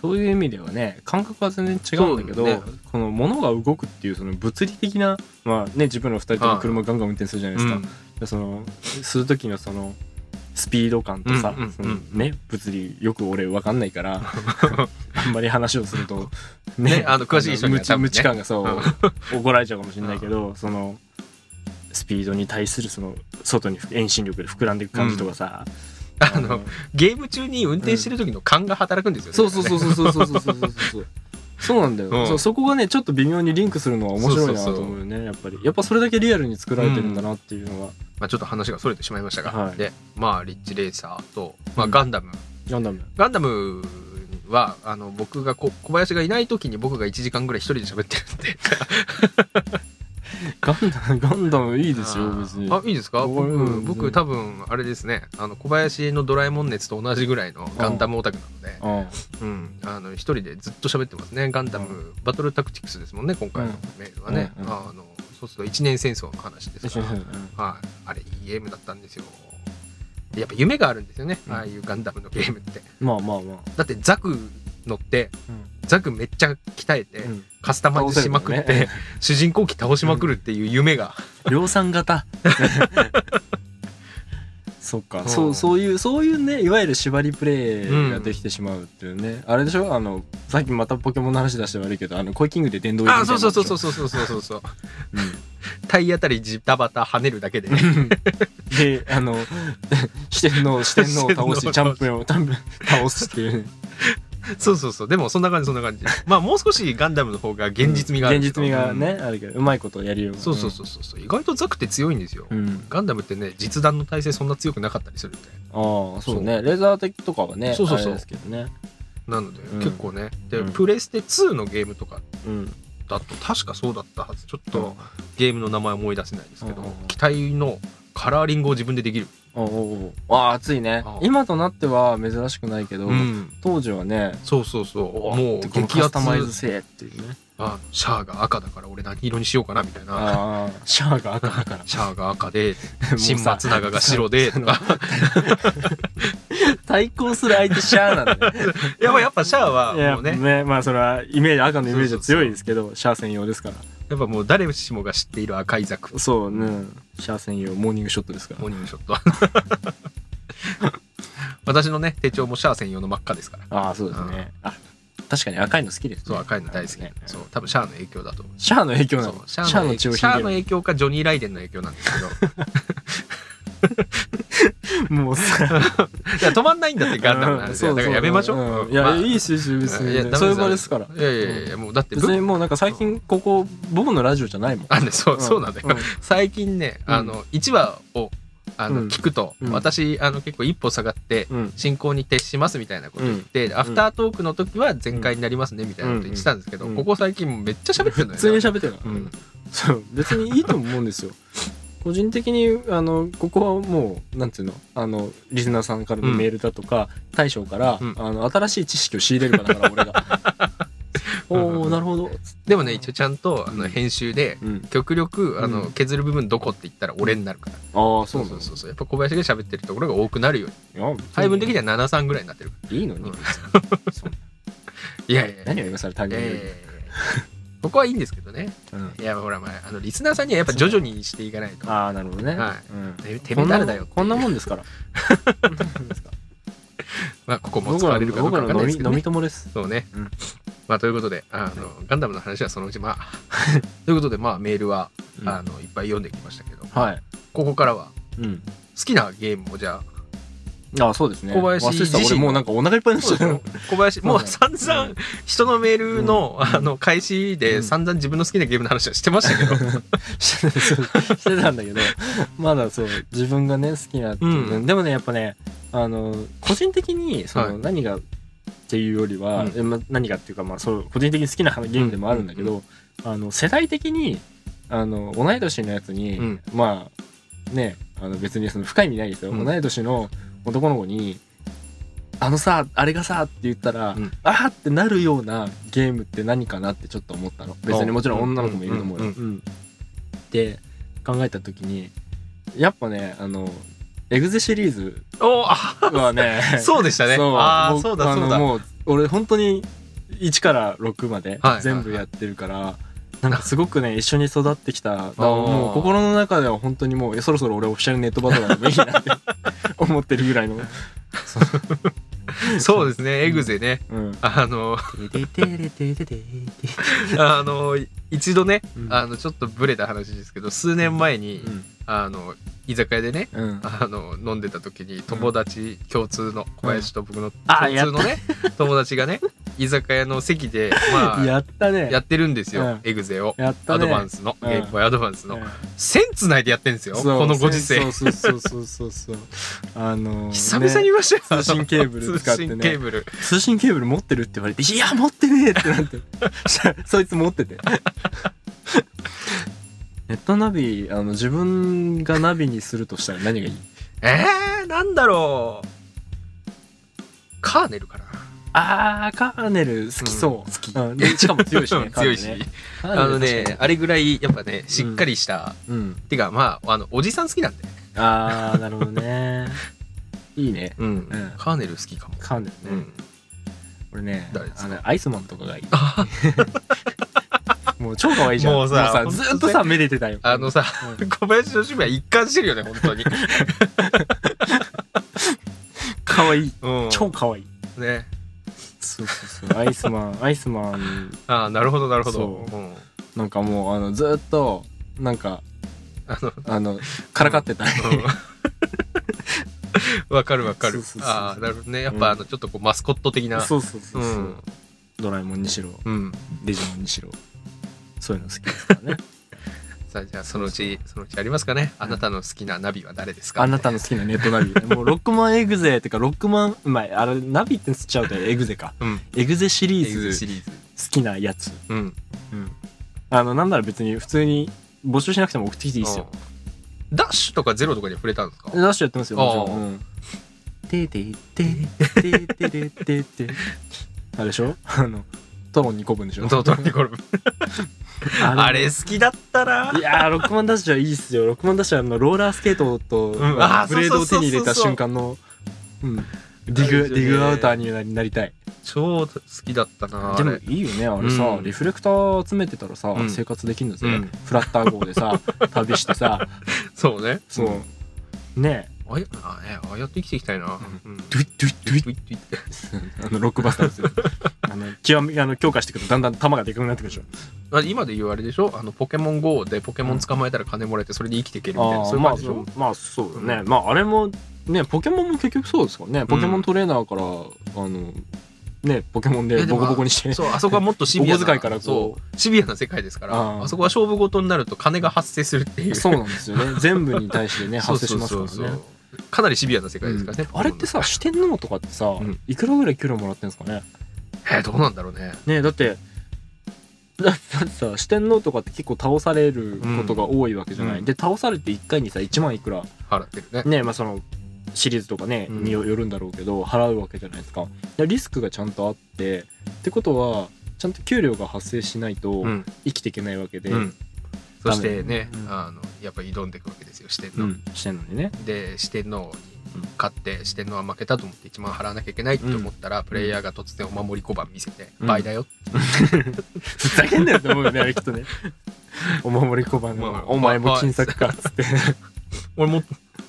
[SPEAKER 3] そういう意味ではね感覚は全然違うんだけど
[SPEAKER 2] そうね
[SPEAKER 3] この物が動くっていうその物理的なまあね自分ら二人とも車ガンガン運転するじゃないですか、でそのする時のそのスピード感とさ、
[SPEAKER 2] うんうんうん
[SPEAKER 3] そのね物理よく俺分かんないから あんまり話をするとね
[SPEAKER 2] ねあの詳しい人には
[SPEAKER 3] 無知
[SPEAKER 2] 多分ね
[SPEAKER 3] 無知感がそう怒られちゃうかもしれないけど、そのスピードに対するその外に遠心力で膨らんでいく感じとかさ、
[SPEAKER 2] あのゲーム中に運転してる時の勘が働くんですよね、
[SPEAKER 3] そうそうそううそうそうそうそうそうそうそうそうなんだよ、
[SPEAKER 2] うん
[SPEAKER 3] そうそこがねちょっと微妙にリンクするのは面白いなと思うよねやっぱりやっぱそれだけリアルに作られてるんだなっていうのは、
[SPEAKER 2] まあ、ちょっと話がそれてしまいましたが、
[SPEAKER 3] はい
[SPEAKER 2] でまあリッチレーサーと、まあ、
[SPEAKER 3] うん
[SPEAKER 2] ガンダム、
[SPEAKER 3] ガンダム
[SPEAKER 2] ガンダムはあの僕がこ小林がいない時に僕が1時間ぐらい一人で喋ってるんで
[SPEAKER 3] ガンダムガ ンダムいいですよ
[SPEAKER 2] あー
[SPEAKER 3] 別に
[SPEAKER 2] あいいですか
[SPEAKER 3] う
[SPEAKER 2] 僕
[SPEAKER 3] ん
[SPEAKER 2] 僕多分あれですねあの小林の「ドラえもん熱」と同じぐらいのガンダムオタクなので
[SPEAKER 3] うん
[SPEAKER 2] うん、あの一人でずっと喋ってますねガンダム、
[SPEAKER 3] う
[SPEAKER 2] バトルタクティクスですもんね今回のメールはね、
[SPEAKER 3] うんうん
[SPEAKER 2] あのそうすると一年戦争の話ですから、
[SPEAKER 3] うん
[SPEAKER 2] はい、あれいいゲームだったんですよやっぱ夢があるんですよね、
[SPEAKER 3] うん
[SPEAKER 2] ああいうガンダムのゲームって
[SPEAKER 3] まあまあま
[SPEAKER 2] だってザク乗って
[SPEAKER 3] あ、
[SPEAKER 2] ザクめっちゃ鍛えて、
[SPEAKER 3] うん
[SPEAKER 2] カスタマイズしまくって、
[SPEAKER 3] 倒せるもんね
[SPEAKER 2] 主人公機倒しまくるっていう夢が、
[SPEAKER 3] 量産型そっか、
[SPEAKER 2] うん
[SPEAKER 3] そうそういうそういうねいわゆる縛りプレイができてしまうっていうね、あれでしょあのさっきまたポケモンの話出して悪いけどあのコイキングで電動入れ
[SPEAKER 2] あ
[SPEAKER 3] みた
[SPEAKER 2] そ
[SPEAKER 3] いうな
[SPEAKER 2] そう
[SPEAKER 3] の
[SPEAKER 2] そう
[SPEAKER 3] でし
[SPEAKER 2] そ
[SPEAKER 3] ょ
[SPEAKER 2] うそうそうそうそう
[SPEAKER 3] うん
[SPEAKER 2] 体当たりジタバタ跳ねるだけでね
[SPEAKER 3] であの 四天王四天王を倒し
[SPEAKER 2] 四天王を倒し
[SPEAKER 3] チャンピオンを倒倒すっていうね
[SPEAKER 2] そうそうそうでもそんな感じそんな感じまあもう少しガンダムの方が現実味がある
[SPEAKER 3] 現
[SPEAKER 2] けど
[SPEAKER 3] 実味がね、あるけどうまいことやりよう
[SPEAKER 2] う
[SPEAKER 3] が
[SPEAKER 2] んそうそうそうそう意外とザクって強いんですよ、
[SPEAKER 3] うん、
[SPEAKER 2] ガンダムってね実弾の体勢そんな強くなかったりするみたい
[SPEAKER 3] ああそうねレーザー的とかはね
[SPEAKER 2] そうそうそう
[SPEAKER 3] あれですけどね
[SPEAKER 2] ななので、
[SPEAKER 3] うん
[SPEAKER 2] 結構ねで、
[SPEAKER 3] うん
[SPEAKER 2] プレステ2のゲームとか
[SPEAKER 3] うん
[SPEAKER 2] だと確かそうだったはずちょっと、
[SPEAKER 3] うん
[SPEAKER 2] ゲームの名前思い出せないですけ
[SPEAKER 3] う
[SPEAKER 2] ど、
[SPEAKER 3] んうんうん
[SPEAKER 2] 機体のカラーリングを自分でできる、
[SPEAKER 3] おうおうおうああ熱いね
[SPEAKER 2] ああ
[SPEAKER 3] 今となっては珍しくないけど、
[SPEAKER 2] うん
[SPEAKER 3] 当時はね
[SPEAKER 2] そうそうそうもう
[SPEAKER 3] この
[SPEAKER 2] 激
[SPEAKER 3] カ
[SPEAKER 2] ア
[SPEAKER 3] スタマイズ
[SPEAKER 2] ツ
[SPEAKER 3] せえっていうね
[SPEAKER 2] あシャアが赤だから俺何色にしようかなみたいな
[SPEAKER 3] ああシャアが赤だ から
[SPEAKER 2] シャアが赤で
[SPEAKER 3] もうさ
[SPEAKER 2] 新松永が 白でとか
[SPEAKER 3] 対抗する相手シャアなん だよ
[SPEAKER 2] いやまあやっぱシャアはい
[SPEAKER 3] や
[SPEAKER 2] もうね
[SPEAKER 3] ねまあそれはイメージ赤のイメージは強いですけどシャア専用ですから
[SPEAKER 2] やっぱもう誰しもが知っている赤いザク
[SPEAKER 3] そうねシャア専用モーニングショットですから
[SPEAKER 2] モーニングショッ ト私のね手帳もシャア専用の真っ赤ですから
[SPEAKER 3] ああそうですねあ確かに赤いの好きですね
[SPEAKER 2] そう赤いの大好き、
[SPEAKER 3] ね
[SPEAKER 2] そう多分シャアの影響だと思う
[SPEAKER 3] シャアの影響な
[SPEAKER 2] そう
[SPEAKER 3] の
[SPEAKER 2] シャアの影
[SPEAKER 3] 血を
[SPEAKER 2] 響
[SPEAKER 3] 引い
[SPEAKER 2] シャア
[SPEAKER 3] て
[SPEAKER 2] の
[SPEAKER 3] る
[SPEAKER 2] 影響かジョニー・ライデンの影響なんですけ ど
[SPEAKER 3] もうさ
[SPEAKER 2] いや止まんないんだってガンダムの話
[SPEAKER 3] う
[SPEAKER 2] だ
[SPEAKER 3] ん
[SPEAKER 2] からやめましょう、
[SPEAKER 3] ん
[SPEAKER 2] うん
[SPEAKER 3] いや、
[SPEAKER 2] まあ
[SPEAKER 3] いいですし別
[SPEAKER 2] いやダ
[SPEAKER 3] に
[SPEAKER 2] メです
[SPEAKER 3] そういう場ですから
[SPEAKER 2] いやいやいやもうだって
[SPEAKER 3] 別
[SPEAKER 2] ぶ
[SPEAKER 3] にもうなんか最近ここボブのラジオじゃないもん
[SPEAKER 2] あねそうそうなんだよ、
[SPEAKER 3] よ
[SPEAKER 2] 最近ね
[SPEAKER 3] うん
[SPEAKER 2] あの1話をあ
[SPEAKER 3] う
[SPEAKER 2] の
[SPEAKER 3] ん
[SPEAKER 2] 聞くと、
[SPEAKER 3] うん
[SPEAKER 2] 私あの結構一歩下がって
[SPEAKER 3] うん
[SPEAKER 2] 進行に徹しますみたいなこと言って、アフタートークの時は全開になりますねみたいなこと言ってたんですけど、
[SPEAKER 3] うん
[SPEAKER 2] ここ最近もうめっちゃ喋ってるのよ、
[SPEAKER 3] 普通に喋ってる
[SPEAKER 2] う
[SPEAKER 3] うんんそう別にいいと思うんです よ個人的にあのここはもうなんていうのあのリスナーさんからのメールだとか、大将から、
[SPEAKER 2] うん
[SPEAKER 3] あの新しい知識を仕入れるからだか ら俺がおおなるほど、
[SPEAKER 2] でもね一応ちゃんとあ
[SPEAKER 3] う
[SPEAKER 2] の
[SPEAKER 3] ん
[SPEAKER 2] 編集で
[SPEAKER 3] うん、
[SPEAKER 2] 極力あ
[SPEAKER 3] う
[SPEAKER 2] の
[SPEAKER 3] ん
[SPEAKER 2] 削る部分どこって言ったら俺になるから、
[SPEAKER 3] ああそ
[SPEAKER 2] そうう
[SPEAKER 3] な
[SPEAKER 2] そ
[SPEAKER 3] の
[SPEAKER 2] うそうそうやっぱ小林が喋ってるところが多くなるように
[SPEAKER 3] いや別に
[SPEAKER 2] 配分的には73ぐらいになってるか
[SPEAKER 3] いいのに、
[SPEAKER 2] うん
[SPEAKER 3] そう
[SPEAKER 2] らいやいやいや
[SPEAKER 3] 何を今更単
[SPEAKER 2] いや
[SPEAKER 3] 純
[SPEAKER 2] いやい
[SPEAKER 3] に
[SPEAKER 2] やいやここはいいんですけどね
[SPEAKER 3] うん
[SPEAKER 2] いやほらまああのリスナーさんにはやっぱ徐々にしていかないと
[SPEAKER 3] ああなるほどね、
[SPEAKER 2] は
[SPEAKER 3] うん
[SPEAKER 2] ててめえ誰だよっていう
[SPEAKER 3] こんなもんですからこんなもんです から
[SPEAKER 2] まあ、ここも
[SPEAKER 3] 僕
[SPEAKER 2] 使わ
[SPEAKER 3] ら
[SPEAKER 2] れるかどうかわかんな
[SPEAKER 3] の
[SPEAKER 2] いで
[SPEAKER 3] 飲
[SPEAKER 2] すけ
[SPEAKER 3] み飲
[SPEAKER 2] ど、
[SPEAKER 3] み
[SPEAKER 2] ね、
[SPEAKER 3] 友です
[SPEAKER 2] そうね、
[SPEAKER 3] うん
[SPEAKER 2] まあということであの、ガンダムの話はそのうちまあ ということでまあメールは、
[SPEAKER 3] うん
[SPEAKER 2] あのいっぱい読んできましたけど、
[SPEAKER 3] はい
[SPEAKER 2] ここからは
[SPEAKER 3] うん
[SPEAKER 2] 好きなゲームをじゃあ
[SPEAKER 3] ああそうですね
[SPEAKER 2] 小林
[SPEAKER 3] 忘れてた
[SPEAKER 2] 自身
[SPEAKER 3] 俺もうなんかお腹いっぱいになっ
[SPEAKER 2] そ
[SPEAKER 3] ち
[SPEAKER 2] う
[SPEAKER 3] ゃ
[SPEAKER 2] で
[SPEAKER 3] た
[SPEAKER 2] しょ 小林もう
[SPEAKER 3] そう
[SPEAKER 2] 散々人のメールの,、
[SPEAKER 3] うん
[SPEAKER 2] あの開始
[SPEAKER 3] う
[SPEAKER 2] で
[SPEAKER 3] ん
[SPEAKER 2] 散々自分の好きなゲームの話はしてましたけど、
[SPEAKER 3] してたそう してたんだ けどまだそう自分がね好きなっていうね
[SPEAKER 2] うん
[SPEAKER 3] でもねやっぱねあの個人的にそ
[SPEAKER 2] は
[SPEAKER 3] の
[SPEAKER 2] い
[SPEAKER 3] 何がっていうよりは、
[SPEAKER 2] うん
[SPEAKER 3] えま何がっていうか、まあ、そう個人的に好きなゲームでもあるんだけど、あの世代的にあの同い年のやつに、
[SPEAKER 2] うん
[SPEAKER 3] まあねあの別にその深い意味ないですよ、
[SPEAKER 2] うん
[SPEAKER 3] 同い年の男の子に「あのさあれがさ」って言ったら「
[SPEAKER 2] うん
[SPEAKER 3] あーってなるようなゲームって何かなってちょっと思ったの別にもちろん女の子もいると思うよ、
[SPEAKER 2] うんうん
[SPEAKER 3] で考えた時にやっぱねあのエグゼシリーズ
[SPEAKER 2] おあ
[SPEAKER 3] は ね
[SPEAKER 2] そうでしたね
[SPEAKER 3] そう
[SPEAKER 2] ああ
[SPEAKER 3] 僕
[SPEAKER 2] そうだそう
[SPEAKER 3] あの
[SPEAKER 2] だ
[SPEAKER 3] もう俺本当に1から6まで
[SPEAKER 2] はいはい
[SPEAKER 3] 全部やってるから、なんかすごくね一緒に育ってきただから
[SPEAKER 2] あー
[SPEAKER 3] もう心の中では本当にもうそろそろ俺オフィシャルネットバトラーでもいいなって 思ってるぐらいの
[SPEAKER 2] そうですねエグゼね
[SPEAKER 3] うん
[SPEAKER 2] あの
[SPEAKER 3] う
[SPEAKER 2] あの一度ね
[SPEAKER 3] ん
[SPEAKER 2] あのちょっとブレた話ですけど数年前に、
[SPEAKER 3] うん
[SPEAKER 2] あの居酒屋でね
[SPEAKER 3] うん
[SPEAKER 2] あの飲んでた時に友達共通の小林と僕の
[SPEAKER 3] あ
[SPEAKER 2] 共通のね友達がね居酒屋の席 でまあ
[SPEAKER 3] やったね
[SPEAKER 2] やってるんです
[SPEAKER 3] う
[SPEAKER 2] よ
[SPEAKER 3] ん
[SPEAKER 2] エグゼを
[SPEAKER 3] やったね
[SPEAKER 2] アドバンスの
[SPEAKER 3] うん
[SPEAKER 2] ゲームボーイアドバンス
[SPEAKER 3] う
[SPEAKER 2] の
[SPEAKER 3] ん
[SPEAKER 2] 線つないでやってるんですよ
[SPEAKER 3] そう
[SPEAKER 2] このご時世
[SPEAKER 3] そうそうそうそうそうそうあのー
[SPEAKER 2] 久々に見ましたよ
[SPEAKER 3] ね通信ケーブ ル使ってね
[SPEAKER 2] 通信ケーブル
[SPEAKER 3] ね通信ケーブル持ってるって言われて「いや持ってねえ!」ってなって そいつ持ってて ネットナビあの自分がナビにするとしたら何がいい
[SPEAKER 2] えーなんだろうカーネルかな
[SPEAKER 3] あーカーネル好きそう、好き、うんでしかも強いしね
[SPEAKER 2] 強いし
[SPEAKER 3] カーネル
[SPEAKER 2] あのね、あれぐらいやっぱねしっかりし
[SPEAKER 3] カ
[SPEAKER 2] た
[SPEAKER 3] ーネル確かにうん、
[SPEAKER 2] てかまああのおじさん好きなんで
[SPEAKER 3] あーなるほどね いいね
[SPEAKER 2] うん
[SPEAKER 3] うん
[SPEAKER 2] カーネル好きかも
[SPEAKER 3] カーネルね、俺ね
[SPEAKER 2] 誰です
[SPEAKER 3] あ
[SPEAKER 2] か
[SPEAKER 3] のアイスマンとかがいい
[SPEAKER 2] あー
[SPEAKER 3] もう超可愛いじゃん。
[SPEAKER 2] もうさ
[SPEAKER 3] も
[SPEAKER 2] ほんとね
[SPEAKER 3] ずっとさ、めでてたよ。
[SPEAKER 2] あのさ、
[SPEAKER 3] う
[SPEAKER 2] 小林の趣味は一貫してるよね、本当に。
[SPEAKER 3] 可愛い
[SPEAKER 2] うん
[SPEAKER 3] 超可愛い
[SPEAKER 2] ね
[SPEAKER 3] そうそうそうアイスマンアイスマン
[SPEAKER 2] ああなるほどなるほど
[SPEAKER 3] そう
[SPEAKER 2] うん
[SPEAKER 3] なんかもうあのずーっとなんか
[SPEAKER 2] あの
[SPEAKER 3] あのからかってた、
[SPEAKER 2] うんわかるわかる
[SPEAKER 3] そうそうそう
[SPEAKER 2] ああなるほどねやっぱあのちょっとこうマスコット的な
[SPEAKER 3] そうそうそうそう、
[SPEAKER 2] うん
[SPEAKER 3] ドラえもんにしろ
[SPEAKER 2] うん
[SPEAKER 3] デジモンにしろそういうの好きですからね
[SPEAKER 2] さあじゃあそのうちそのうちありますかねあなたの好きなナビは誰ですか
[SPEAKER 3] あなたの好きなネットナビ もうロックマンエグゼっていうかロックマンまああれナビってつっちゃうとエグゼか
[SPEAKER 2] うん
[SPEAKER 3] エグゼシリ
[SPEAKER 2] エグ
[SPEAKER 3] ー
[SPEAKER 2] ゼ
[SPEAKER 3] ズ
[SPEAKER 2] シリーズ
[SPEAKER 3] 好きなやつ
[SPEAKER 2] うん
[SPEAKER 3] うんあのなんなら別に普通に募集しなくても送ってきていいですよ
[SPEAKER 2] うんダッシュとかゼロとかには触れたんですか
[SPEAKER 3] ダッシュやってますよもちろ
[SPEAKER 2] ああ
[SPEAKER 3] んうんててててててててあれでしょあのトロンにこぶんでしょ
[SPEAKER 2] トトロニコル
[SPEAKER 3] の
[SPEAKER 2] あれ好きだったら
[SPEAKER 3] いやー、ロックマンダッシュはいいっすよ。ロックマンダッシュはあのローラースケートと、
[SPEAKER 2] んあー
[SPEAKER 3] ブレードを手に入れ
[SPEAKER 2] そ
[SPEAKER 3] た
[SPEAKER 2] うそうそうそう
[SPEAKER 3] 瞬間の、うん、ディグ、ディグアウターになりなりたい。
[SPEAKER 2] 超好きだったなあ
[SPEAKER 3] でも
[SPEAKER 2] れ
[SPEAKER 3] いいよね、あれさ、
[SPEAKER 2] うん
[SPEAKER 3] リフレクター集めてたらさ、
[SPEAKER 2] うん
[SPEAKER 3] 生活できるんだぜ。
[SPEAKER 2] うん
[SPEAKER 3] フラッター号で さ、旅してさ、
[SPEAKER 2] そうね
[SPEAKER 3] そう。ねえ、
[SPEAKER 2] あやあねああやって生きていきたいなうん
[SPEAKER 3] ドゥイッドゥイッドゥイッ
[SPEAKER 2] ドゥイッドゥイ ッ
[SPEAKER 3] あの、ロックバスターですよ。あの、極め、あの、強化していくとだんだん弾がでかくなってくるでしょ。
[SPEAKER 2] あ今で言うあれでしょあのポケモン GO でポケモン捕まえたら金もらえてそれで生きていけるみたいなそういう
[SPEAKER 3] まあ
[SPEAKER 2] 感じでしょ、
[SPEAKER 3] まあそうだね、
[SPEAKER 2] う
[SPEAKER 3] まああれもねポケモンも結局そうですからねポケモントレーナーから、あのねポケモン
[SPEAKER 2] い
[SPEAKER 3] で
[SPEAKER 2] やで
[SPEAKER 3] ボ
[SPEAKER 2] も
[SPEAKER 3] コボコにして
[SPEAKER 2] そうあそこはもっとシビアな
[SPEAKER 3] お小遣いからこう
[SPEAKER 2] そうシビアな世界ですから
[SPEAKER 3] あ
[SPEAKER 2] あ
[SPEAKER 3] あ
[SPEAKER 2] そこは勝負事になると金が発生するっていう
[SPEAKER 3] そうなんですよ ね全部に対してね
[SPEAKER 2] そう
[SPEAKER 3] 発生しますからね
[SPEAKER 2] そうかなりシビアな世界ですからね、
[SPEAKER 3] うんあれってさ四天王とかってさ、
[SPEAKER 2] ん
[SPEAKER 3] いくらぐらい給料もらってるんですかね
[SPEAKER 2] えーどうなんだろうね
[SPEAKER 3] ねだってだだってさ四天王とかって結構倒されることが多いわけじゃない、
[SPEAKER 2] うん
[SPEAKER 3] で倒されて1回にさ1万いくら
[SPEAKER 2] 払ってるね
[SPEAKER 3] ねまあそのシリーズとかね、
[SPEAKER 2] うん
[SPEAKER 3] によよるんだろうけど払うわけじゃないですかでリスクがちゃんとあってってことはちゃんと給料が発生しないと
[SPEAKER 2] うん、
[SPEAKER 3] 生きていけないわけで、
[SPEAKER 2] うん、そしてね、
[SPEAKER 3] うん
[SPEAKER 2] あのやっぱ挑んでいくわけですよ四天
[SPEAKER 3] う
[SPEAKER 2] 王、
[SPEAKER 3] んしてんのにね
[SPEAKER 2] で四天王に勝って四天王は負けたと思って1万払わなきゃいけないと思ったら、プレイヤーが突然お守り小判見せて「
[SPEAKER 3] うん
[SPEAKER 2] 倍だよ」
[SPEAKER 3] ふざけんなよって思うよねあれきっとね お守り小判
[SPEAKER 2] まあ
[SPEAKER 3] のお前も金策かっ つって
[SPEAKER 2] 俺も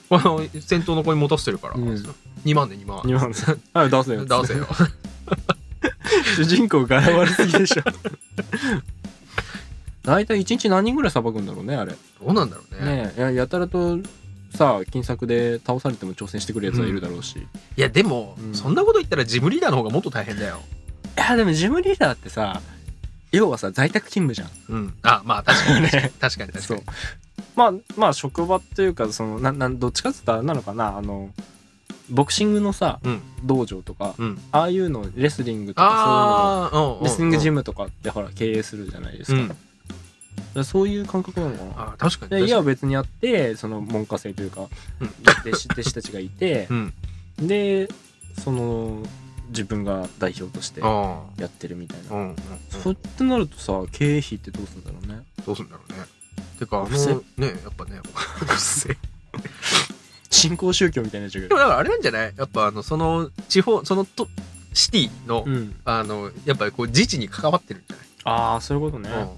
[SPEAKER 2] あの先頭の子に持たせてるから、
[SPEAKER 3] うん
[SPEAKER 2] 2万で2万
[SPEAKER 3] 2万あ出せよっつっ
[SPEAKER 2] 出
[SPEAKER 3] て
[SPEAKER 2] せよ
[SPEAKER 3] 主人公柄悪すぎでしょ 大体一日何人ぐらいさばくんだろうねあれ
[SPEAKER 2] どうなんだろうね
[SPEAKER 3] ねえややたらとさ金策で倒されても挑戦してくるやつはいるだろうし、
[SPEAKER 2] いやでも、
[SPEAKER 3] うん
[SPEAKER 2] そんなこと言ったらジムリーダーの方がもっと大変だよ
[SPEAKER 3] いやでもジムリーダーってさ要はさ在宅勤務じゃん
[SPEAKER 2] うんあまあ確かに
[SPEAKER 3] ね
[SPEAKER 2] 確かに確か
[SPEAKER 3] そう
[SPEAKER 2] に
[SPEAKER 3] まあまあ職場っていうかそのなんなんどっちかって言ったらあれなのかなあのボクシングのさ、
[SPEAKER 2] うん
[SPEAKER 3] 道場とか
[SPEAKER 2] うん
[SPEAKER 3] ああいうのレスリングとか
[SPEAKER 2] ああ
[SPEAKER 3] そういうの
[SPEAKER 2] うんうん
[SPEAKER 3] レスリングジ
[SPEAKER 2] ム
[SPEAKER 3] ムとかってほら経営するじゃないです
[SPEAKER 2] う
[SPEAKER 3] か,、
[SPEAKER 2] ん
[SPEAKER 3] そういう感覚なのかな
[SPEAKER 2] あー確かに確か
[SPEAKER 3] で
[SPEAKER 2] に
[SPEAKER 3] 家は別にあってその門下生というか、
[SPEAKER 2] うん
[SPEAKER 3] 弟子弟子たちがいて
[SPEAKER 2] う、ん
[SPEAKER 3] でその自分が代表としてや
[SPEAKER 2] あ
[SPEAKER 3] ってるみたいな、
[SPEAKER 2] あうんうん、うん、
[SPEAKER 3] そうってなるとさ経費ってどうするんだろうね
[SPEAKER 2] どうするんだろうねてかあの
[SPEAKER 3] 不正
[SPEAKER 2] ねやっぱね 不正
[SPEAKER 3] 新興宗教みたいになっちゃうけ
[SPEAKER 2] で
[SPEAKER 3] ど
[SPEAKER 2] もだからあれなんじゃないやっぱあのその地方そのとシティの、
[SPEAKER 3] うん、
[SPEAKER 2] あのやっぱりこう自治に関わってるんじゃ
[SPEAKER 3] ああそういうことね、
[SPEAKER 2] ない、うん、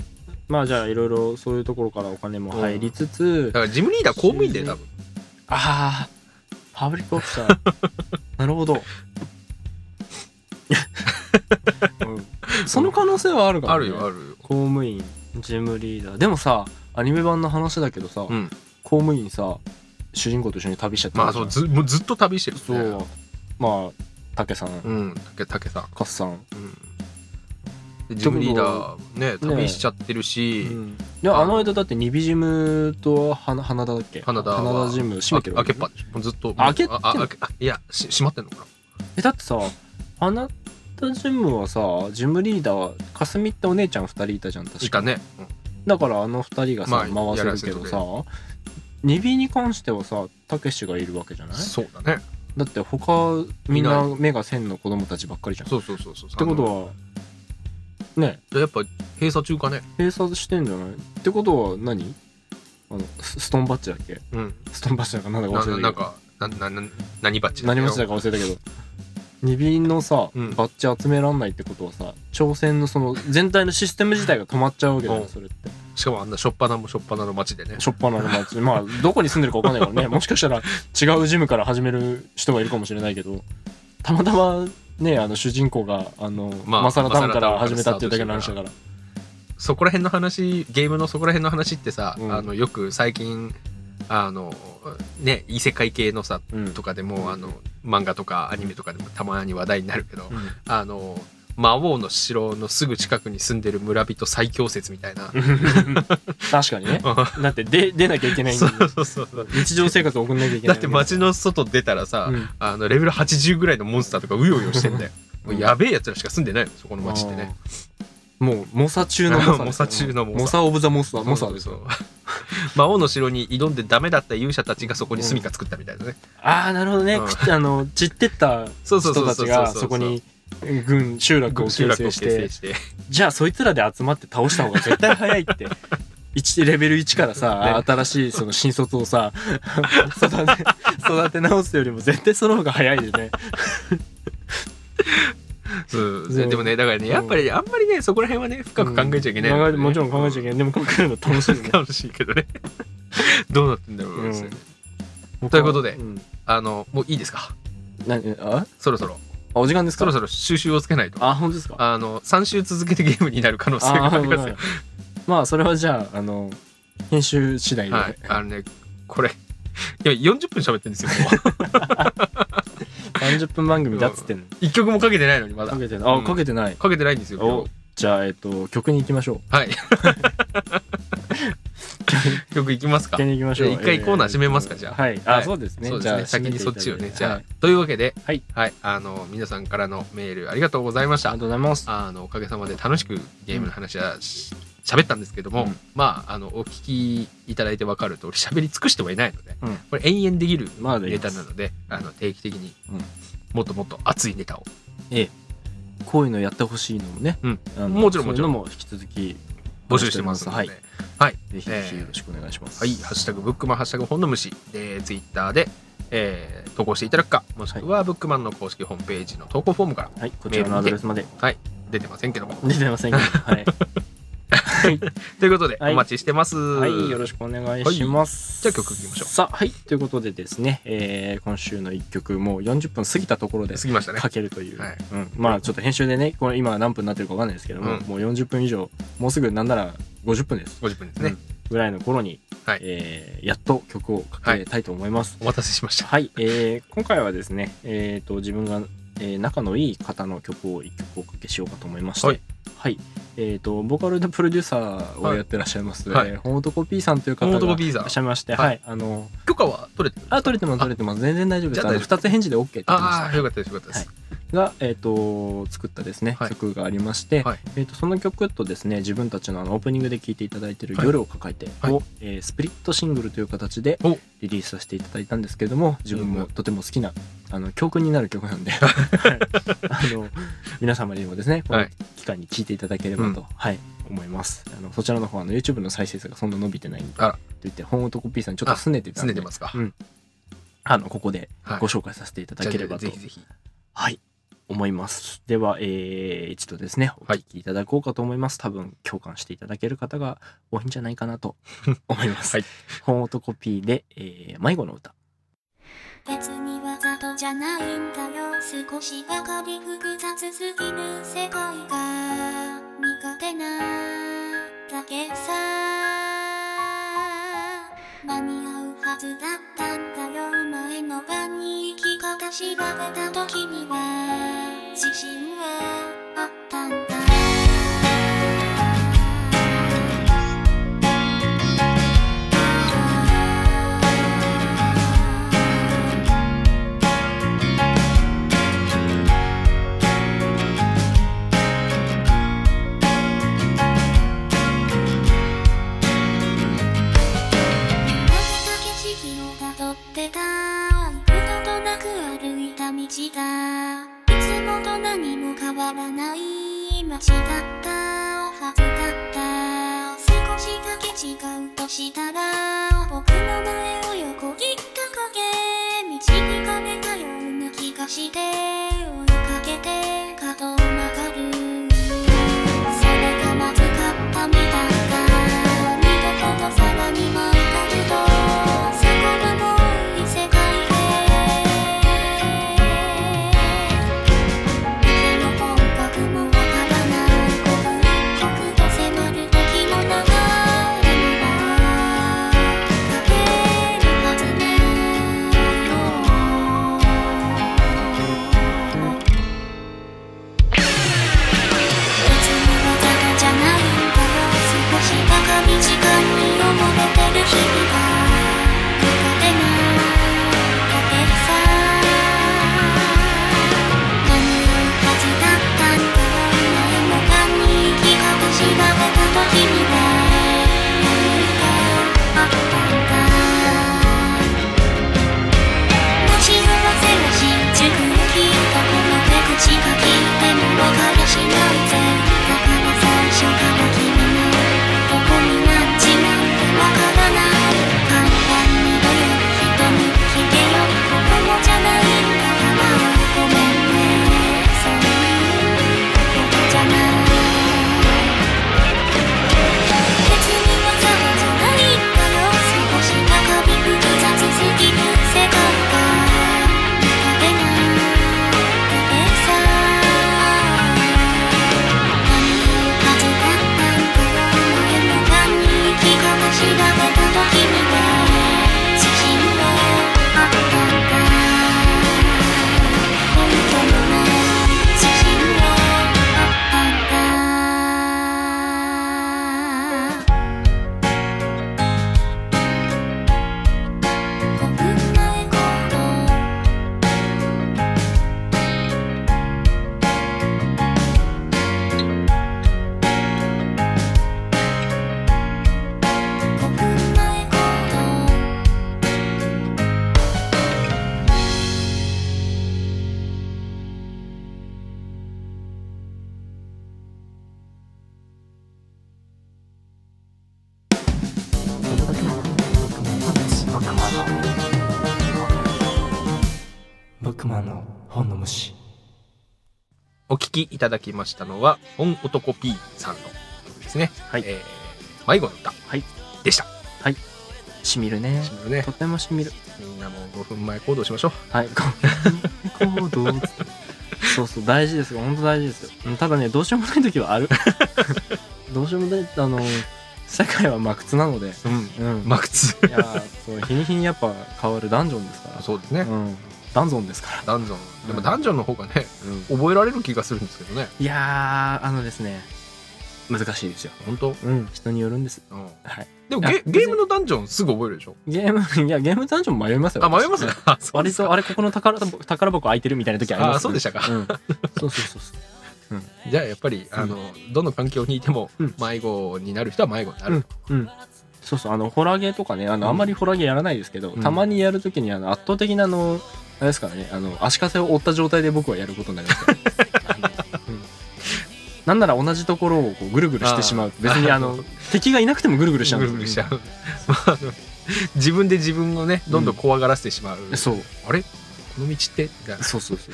[SPEAKER 3] まあじゃあいろいろそういうところからお金も入りつつ、
[SPEAKER 2] だからジムリーダー公務員だよ多分
[SPEAKER 3] ああパブリックオフィサー なるほ ど、うんその可能性はあるから、ね、
[SPEAKER 2] あるよあるよ
[SPEAKER 3] 公務員ジムリーダーでもさアニメ版の話だけどさ、
[SPEAKER 2] うん
[SPEAKER 3] 公務員さ主人公と一緒に旅しちゃって
[SPEAKER 2] まあ
[SPEAKER 3] じゃ
[SPEAKER 2] そ
[SPEAKER 3] ん
[SPEAKER 2] うずもうずっと旅してるね
[SPEAKER 3] そうまあ武さん、
[SPEAKER 2] うん竹竹さん
[SPEAKER 3] カスさん、
[SPEAKER 2] うんでジムリーダーね旅しちゃってるし、
[SPEAKER 3] であの間だってニビジムとはな花田だっけ
[SPEAKER 2] 花田は
[SPEAKER 3] 花田ジム閉めてる
[SPEAKER 2] あ
[SPEAKER 3] わ
[SPEAKER 2] 開
[SPEAKER 3] け
[SPEAKER 2] けっぱでしょもうずっと
[SPEAKER 3] 開けてんの
[SPEAKER 2] ああ開けあいやし閉まってんのかな
[SPEAKER 3] えだってさ花田ジムはさジムリーダーかすみってお姉ちゃん2人いたじゃん確か
[SPEAKER 2] しかね、うん
[SPEAKER 3] だからあの2人がさ、
[SPEAKER 2] まあ
[SPEAKER 3] 回せるけどさニビに関してはさたけしがいるわけじゃない
[SPEAKER 2] そうだね
[SPEAKER 3] だって他みんない目が線の子供たちばっかりじゃんっ
[SPEAKER 2] そうそうそうそうって
[SPEAKER 3] ことはね
[SPEAKER 2] やっぱ閉鎖中かね
[SPEAKER 3] 閉鎖してんじゃないってことは何あのスストンバッチだっけ
[SPEAKER 2] うん
[SPEAKER 3] ストンバッチだかなんだか忘れ
[SPEAKER 2] な
[SPEAKER 3] たけど
[SPEAKER 2] なんかななな何バッチ
[SPEAKER 3] 何もし
[SPEAKER 2] だ
[SPEAKER 3] た
[SPEAKER 2] け
[SPEAKER 3] か忘れたけど2便のさ、
[SPEAKER 2] うん
[SPEAKER 3] バッジ集めらんないってことはさ挑戦のその全体のシステム自体が止まっちゃうわけだよ、
[SPEAKER 2] うん
[SPEAKER 3] それって
[SPEAKER 2] しかもあんなしょっぱなもしょっぱなの街でね
[SPEAKER 3] しょっぱなの街まあどこに住んでるか分かんない からねもしかしたら違うジムから始める人がいるかもしれないけどたまたまねあの主人公があの、
[SPEAKER 2] まあ
[SPEAKER 3] マサラタウンから
[SPEAKER 2] マ
[SPEAKER 3] 始
[SPEAKER 2] サラタウンから
[SPEAKER 3] めたっていうだけの話だから
[SPEAKER 2] そこら辺の話ゲームのそこら辺の話ってさ、
[SPEAKER 3] うん
[SPEAKER 2] あのよく最近あのね異世界系のさ
[SPEAKER 3] うん
[SPEAKER 2] とかで
[SPEAKER 3] うん
[SPEAKER 2] もあの漫画とかアニメとかでもたまに話題になるけど、
[SPEAKER 3] うん
[SPEAKER 2] あの魔王の城のすぐ近くに住んでる村人最強説みたい な。
[SPEAKER 3] 確かにね
[SPEAKER 2] うん
[SPEAKER 3] だって出出なきゃいけないんで
[SPEAKER 2] そうそうそう
[SPEAKER 3] 日常生活を送んなきゃいけな
[SPEAKER 2] だ
[SPEAKER 3] い
[SPEAKER 2] って街の外出たらさ、
[SPEAKER 3] うん
[SPEAKER 2] あのレベル80ぐらいのモンスターとかうようよしてんだよ、
[SPEAKER 3] うん
[SPEAKER 2] もうやべえやつらしか住んでないのそこの街ってね
[SPEAKER 3] あーもう猛者中の猛者
[SPEAKER 2] 猛者中の猛者
[SPEAKER 3] 猛者オブザモスター猛者
[SPEAKER 2] そう
[SPEAKER 3] です
[SPEAKER 2] そ
[SPEAKER 3] よ
[SPEAKER 2] う 魔王の城に挑んでダメだった勇者たちがそこに住みか作ったみたいなね、
[SPEAKER 3] ああなるほどね、
[SPEAKER 2] うん
[SPEAKER 3] くあの散ってった
[SPEAKER 2] そうそ
[SPEAKER 3] 人
[SPEAKER 2] うそう
[SPEAKER 3] た
[SPEAKER 2] そ
[SPEAKER 3] ち
[SPEAKER 2] うそう
[SPEAKER 3] がそこに軍集落を
[SPEAKER 2] 集
[SPEAKER 3] 形
[SPEAKER 2] 落
[SPEAKER 3] 成
[SPEAKER 2] を形
[SPEAKER 3] して
[SPEAKER 2] 成して
[SPEAKER 3] じゃあそいつらで集まって倒した方が絶対早いって 一レベル1からさ、新しいその新卒をさ 育て育て直すよりも絶対その方が早いでね
[SPEAKER 2] そう
[SPEAKER 3] そう
[SPEAKER 2] でもねだからねやっぱりあんまりねそこら辺はね深く考えちゃいけない、
[SPEAKER 3] うん考えもちろん考えちゃいけ
[SPEAKER 2] ない
[SPEAKER 3] ないでも考えるの楽しいね
[SPEAKER 2] 楽しいけどねどうなってんだろう、
[SPEAKER 3] うん
[SPEAKER 2] ということで
[SPEAKER 3] ん
[SPEAKER 2] あのもういいですか
[SPEAKER 3] 何あ
[SPEAKER 2] そろそろ
[SPEAKER 3] あお時間です
[SPEAKER 2] そ
[SPEAKER 3] か
[SPEAKER 2] ろそろ収集をつけないと
[SPEAKER 3] あ本当ですか
[SPEAKER 2] あの3週続けてゲームになる可能性がありますよ
[SPEAKER 3] あー まあそれはじゃああの編集次第で、
[SPEAKER 2] はい、あのねこれいや40分喋ってるんです よもう
[SPEAKER 3] 30分番組だっつってんの、
[SPEAKER 2] 一曲もかけてないのにまだ
[SPEAKER 3] かけてないあ、
[SPEAKER 2] うん
[SPEAKER 3] かけてない
[SPEAKER 2] かけてないんですよ今
[SPEAKER 3] お
[SPEAKER 2] 日
[SPEAKER 3] じゃあえっと曲に行きましょう
[SPEAKER 2] はい 曲いきますか
[SPEAKER 3] 曲に行きましょう
[SPEAKER 2] じゃあ一回コーナー閉めますか
[SPEAKER 3] え
[SPEAKER 2] じゃあ
[SPEAKER 3] はいあ、
[SPEAKER 2] はい
[SPEAKER 3] そうですね
[SPEAKER 2] そうで
[SPEAKER 3] じ
[SPEAKER 2] す
[SPEAKER 3] ゃ
[SPEAKER 2] ね
[SPEAKER 3] あ
[SPEAKER 2] 先にそっちをねじゃあ、
[SPEAKER 3] はい
[SPEAKER 2] というわけでは
[SPEAKER 3] はい、
[SPEAKER 2] あの皆さんからのメールありがとうございまし
[SPEAKER 3] ありが
[SPEAKER 2] た
[SPEAKER 3] とうございます
[SPEAKER 2] あのおかげさまで楽しくゲームの話はし喋ったんですけど
[SPEAKER 3] う
[SPEAKER 2] も、
[SPEAKER 3] ん
[SPEAKER 2] まああのお聞きいただいて分かる通り喋り尽くしてはいないので、
[SPEAKER 3] うん
[SPEAKER 2] これ延々できる
[SPEAKER 3] まあ
[SPEAKER 2] ネタなのであの定期的に
[SPEAKER 3] うん
[SPEAKER 2] もっともっと熱いネタを
[SPEAKER 3] ええこういうのやってほしいのもね、
[SPEAKER 2] うん
[SPEAKER 3] あの
[SPEAKER 2] もちろんもちろん
[SPEAKER 3] そういうのも引き続き
[SPEAKER 2] 募集してますので、
[SPEAKER 3] はい
[SPEAKER 2] はい
[SPEAKER 3] ぜひ
[SPEAKER 2] ええ
[SPEAKER 3] ぜひよろしくお願いします、
[SPEAKER 2] 「ハッシュタグブックマン」「ハッシュタグ本の虫」でツイッターで、えー投稿していただくかもしくはブックマンの公式ホームページの投稿フォームから
[SPEAKER 3] はいこちらのアドレスまで
[SPEAKER 2] 出てませんけども
[SPEAKER 3] 出てませんけどはい、
[SPEAKER 2] ということで
[SPEAKER 3] はい
[SPEAKER 2] お待ちしてます、
[SPEAKER 3] はい、よろしくお願いします。
[SPEAKER 2] はいじゃあ曲いきましょう
[SPEAKER 3] さあ、はい、ということでですね、えー今週の1曲、もう40分過ぎたところで
[SPEAKER 2] 過ぎましたね
[SPEAKER 3] かけるという、
[SPEAKER 2] はい
[SPEAKER 3] うん、まあちょっと編集でね、これ今何分になってるかわかんないですけども、
[SPEAKER 2] うん
[SPEAKER 3] もう40分以上、もうすぐなんなら50分です。
[SPEAKER 2] 50分ですね、
[SPEAKER 3] うんぐらいの頃に、
[SPEAKER 2] はい
[SPEAKER 3] えーやっと曲をかけたいと思います。
[SPEAKER 2] お待たせしました
[SPEAKER 3] はい、えー今回はですね、えー、と自分が、えー仲のいい方の曲を一曲おかけしようかと思いまして、
[SPEAKER 2] は
[SPEAKER 3] はいいえー、とボーカルのプロデューサーをやってらっしゃいます、
[SPEAKER 2] はい
[SPEAKER 3] えーホートコピーさんという方
[SPEAKER 2] ホー
[SPEAKER 3] が
[SPEAKER 2] トコ
[SPEAKER 3] い
[SPEAKER 2] ピーさん
[SPEAKER 3] らっしゃいまして、
[SPEAKER 2] はい
[SPEAKER 3] はいあの
[SPEAKER 2] 許可は取れてる
[SPEAKER 3] あ取れてます取れてます全然大丈夫で
[SPEAKER 2] じ
[SPEAKER 3] す
[SPEAKER 2] ゃあ
[SPEAKER 3] あの
[SPEAKER 2] 大丈夫
[SPEAKER 3] 2つ返事で OK って言ってました
[SPEAKER 2] ああよかったですよかったです、
[SPEAKER 3] が、えー、と作ったですね、
[SPEAKER 2] はい
[SPEAKER 3] 曲がありまして、
[SPEAKER 2] はい
[SPEAKER 3] えー、とその曲とですね自分たちのあのオープニングで聴いていただいている「
[SPEAKER 2] はい
[SPEAKER 3] 夜を抱えてを」
[SPEAKER 2] は
[SPEAKER 3] えースプリットシングルという形で
[SPEAKER 2] お
[SPEAKER 3] リリースさせていただいたんですけれども自分
[SPEAKER 2] うん
[SPEAKER 3] もとても好きなあの教訓になる曲なんで、はい あの皆様にもですねこ
[SPEAKER 2] は
[SPEAKER 3] の
[SPEAKER 2] い
[SPEAKER 3] 機会に聴いていただければと、
[SPEAKER 2] うん
[SPEAKER 3] はい、思いますあのそちらの方はあの YouTube の再生数がそんな伸びてないんで
[SPEAKER 2] あら
[SPEAKER 3] と言って本男 P さんにちょっと拗ねてた
[SPEAKER 2] 拗
[SPEAKER 3] ん
[SPEAKER 2] ね
[SPEAKER 3] で
[SPEAKER 2] てますか、
[SPEAKER 3] うんあのここで
[SPEAKER 2] はい
[SPEAKER 3] ご紹介させていただければと
[SPEAKER 2] じゃあぜひぜひ
[SPEAKER 3] はい。思います。では、えー、一度ですね、お
[SPEAKER 2] はい
[SPEAKER 3] 聞きいただこうかと思います。多分、共感していただける方が多いんじゃないかなと思います。
[SPEAKER 2] はい
[SPEAKER 3] 本音コピーで、えー、迷子の歌。
[SPEAKER 4] 別にわざとじゃないんだよ少しばかり複雑すぎる世界が苦手なだけさ間に合うはずだったんだよ前の晩に生き方調べた時には自信はあったんだ「負けた景色をたどってた」「二度となく歩いた道だ」「いつもと何も変わらない街だった」「おはずだった」「少しだけ違うとしたら」「僕の前を横切った影」「導かれたような気がして」「泳
[SPEAKER 1] クマの本の虫
[SPEAKER 2] お聞きいただきましたのは本男 P さんの曲ですね、
[SPEAKER 3] はい
[SPEAKER 2] えー、迷子の歌
[SPEAKER 3] はい
[SPEAKER 2] でした、
[SPEAKER 3] しみるね
[SPEAKER 2] シンプルね
[SPEAKER 3] とてもしみる
[SPEAKER 2] みんなも5分前行動しましょう
[SPEAKER 3] はいごめん行動そうそう大事ですよ本当大事ですようんただねどうしようもない時はあるどうしようもないあの世界は真靴なので
[SPEAKER 2] うん
[SPEAKER 3] うん
[SPEAKER 2] マク ツ
[SPEAKER 3] いやーそう日に日にやっぱ変わるダンジョンですから
[SPEAKER 2] そうですね、
[SPEAKER 3] うん、ダンゾンですから、
[SPEAKER 2] ダンジョンでもダンジョンの方がね
[SPEAKER 3] うん、
[SPEAKER 2] 覚えられる気がするんですけどね
[SPEAKER 3] いやーあのですね難しいですよ
[SPEAKER 2] 本当、
[SPEAKER 3] うん人によるんです
[SPEAKER 2] うん、
[SPEAKER 3] はい
[SPEAKER 2] でもゲゲームのダンジョンすぐ覚えるでしょ
[SPEAKER 3] ゲーム いやゲームダンジョン迷いますよ
[SPEAKER 2] あ迷いますね
[SPEAKER 3] 私
[SPEAKER 2] あそう
[SPEAKER 3] 割
[SPEAKER 2] です
[SPEAKER 3] とあれここの宝箱宝箱開いてるみたいな時あります
[SPEAKER 2] あそうでしたか
[SPEAKER 3] うん、そうそうそうそう
[SPEAKER 2] じゃあやっぱりあのどの環境にいても
[SPEAKER 3] うん
[SPEAKER 2] 迷子になる人は迷子になる、
[SPEAKER 3] うんそうそうあのホラーゲーとかねあの、
[SPEAKER 2] うん
[SPEAKER 3] あんまりホラーゲーやらないですけど、
[SPEAKER 2] うん
[SPEAKER 3] たまにやるときにあの圧倒的なあのあれですからねあの足かせを負った状態で僕はやることになりますから、 うんなんなら同じところをこうぐるぐるしてしまう
[SPEAKER 2] あー
[SPEAKER 3] 別にあ の敵がいなくてもぐるぐるしちゃうん
[SPEAKER 2] ぐ
[SPEAKER 3] で
[SPEAKER 2] る
[SPEAKER 3] すよ
[SPEAKER 2] ぐるしちゃうまああの自分で自分をねどんどん怖がらせてしまう、
[SPEAKER 3] そう
[SPEAKER 2] あれこの道ってみたい
[SPEAKER 3] そうそうそうそ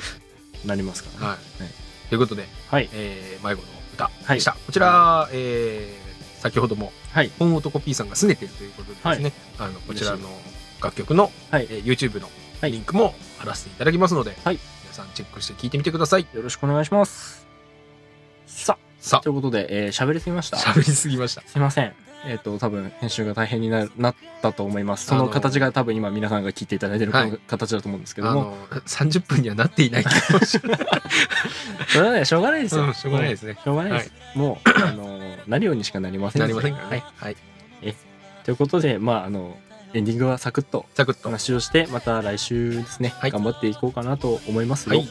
[SPEAKER 3] うなりますから
[SPEAKER 2] な、
[SPEAKER 3] ね
[SPEAKER 2] はい、ということで、
[SPEAKER 3] はい
[SPEAKER 2] えー迷子の歌でした、こちら、えー先ほども
[SPEAKER 3] はい
[SPEAKER 2] 本男 P さんが拗ねてるということでですね、あのこちらの楽曲の、
[SPEAKER 3] はい
[SPEAKER 2] えー YouTube の
[SPEAKER 3] はい
[SPEAKER 2] リンクも貼らせていただきますので、
[SPEAKER 3] はい
[SPEAKER 2] 皆さんチェックして聞いてみてください
[SPEAKER 3] よろしくお願いしますさ
[SPEAKER 2] さ
[SPEAKER 3] あということでえー喋、りすぎました
[SPEAKER 2] あ喋りすぎました
[SPEAKER 3] すいませんえっ、と多分編集が大変にななったと思いますそ
[SPEAKER 2] あ
[SPEAKER 3] の
[SPEAKER 2] の
[SPEAKER 3] 形が多分今皆さんが聞いていただいてるこ
[SPEAKER 2] は
[SPEAKER 3] の
[SPEAKER 2] い
[SPEAKER 3] 形だと思うんですけ
[SPEAKER 2] あ
[SPEAKER 3] ども、
[SPEAKER 2] の30分にはなっていないけど
[SPEAKER 3] それはねしょうがないですよ、
[SPEAKER 2] うんしょうがないです ね
[SPEAKER 3] んしょうがないです、もうあのなるようにしかなりません
[SPEAKER 2] な
[SPEAKER 3] ので
[SPEAKER 2] りませんからね
[SPEAKER 3] は
[SPEAKER 2] はい、
[SPEAKER 3] い、ということでまああのエンディングはサクッと
[SPEAKER 2] サクッと
[SPEAKER 3] 話をしてまた来週ですね、
[SPEAKER 2] はい
[SPEAKER 3] 頑張っていこうかなと思います
[SPEAKER 2] は
[SPEAKER 3] よ、
[SPEAKER 2] い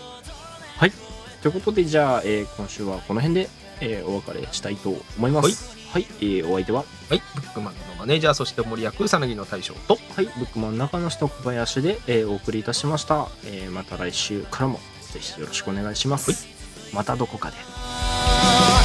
[SPEAKER 3] ということでじゃあ、えー今週はこの辺で、えーお別れしたいと思いますはい、えーお相手は
[SPEAKER 2] はいブックマンのマネージャーそして森役さなぎの大将と
[SPEAKER 3] はいブックマン中の人小林で、えーお送りいたしました、えーまた来週からもぜひよろしくお願いします、またどこかで
[SPEAKER 5] 「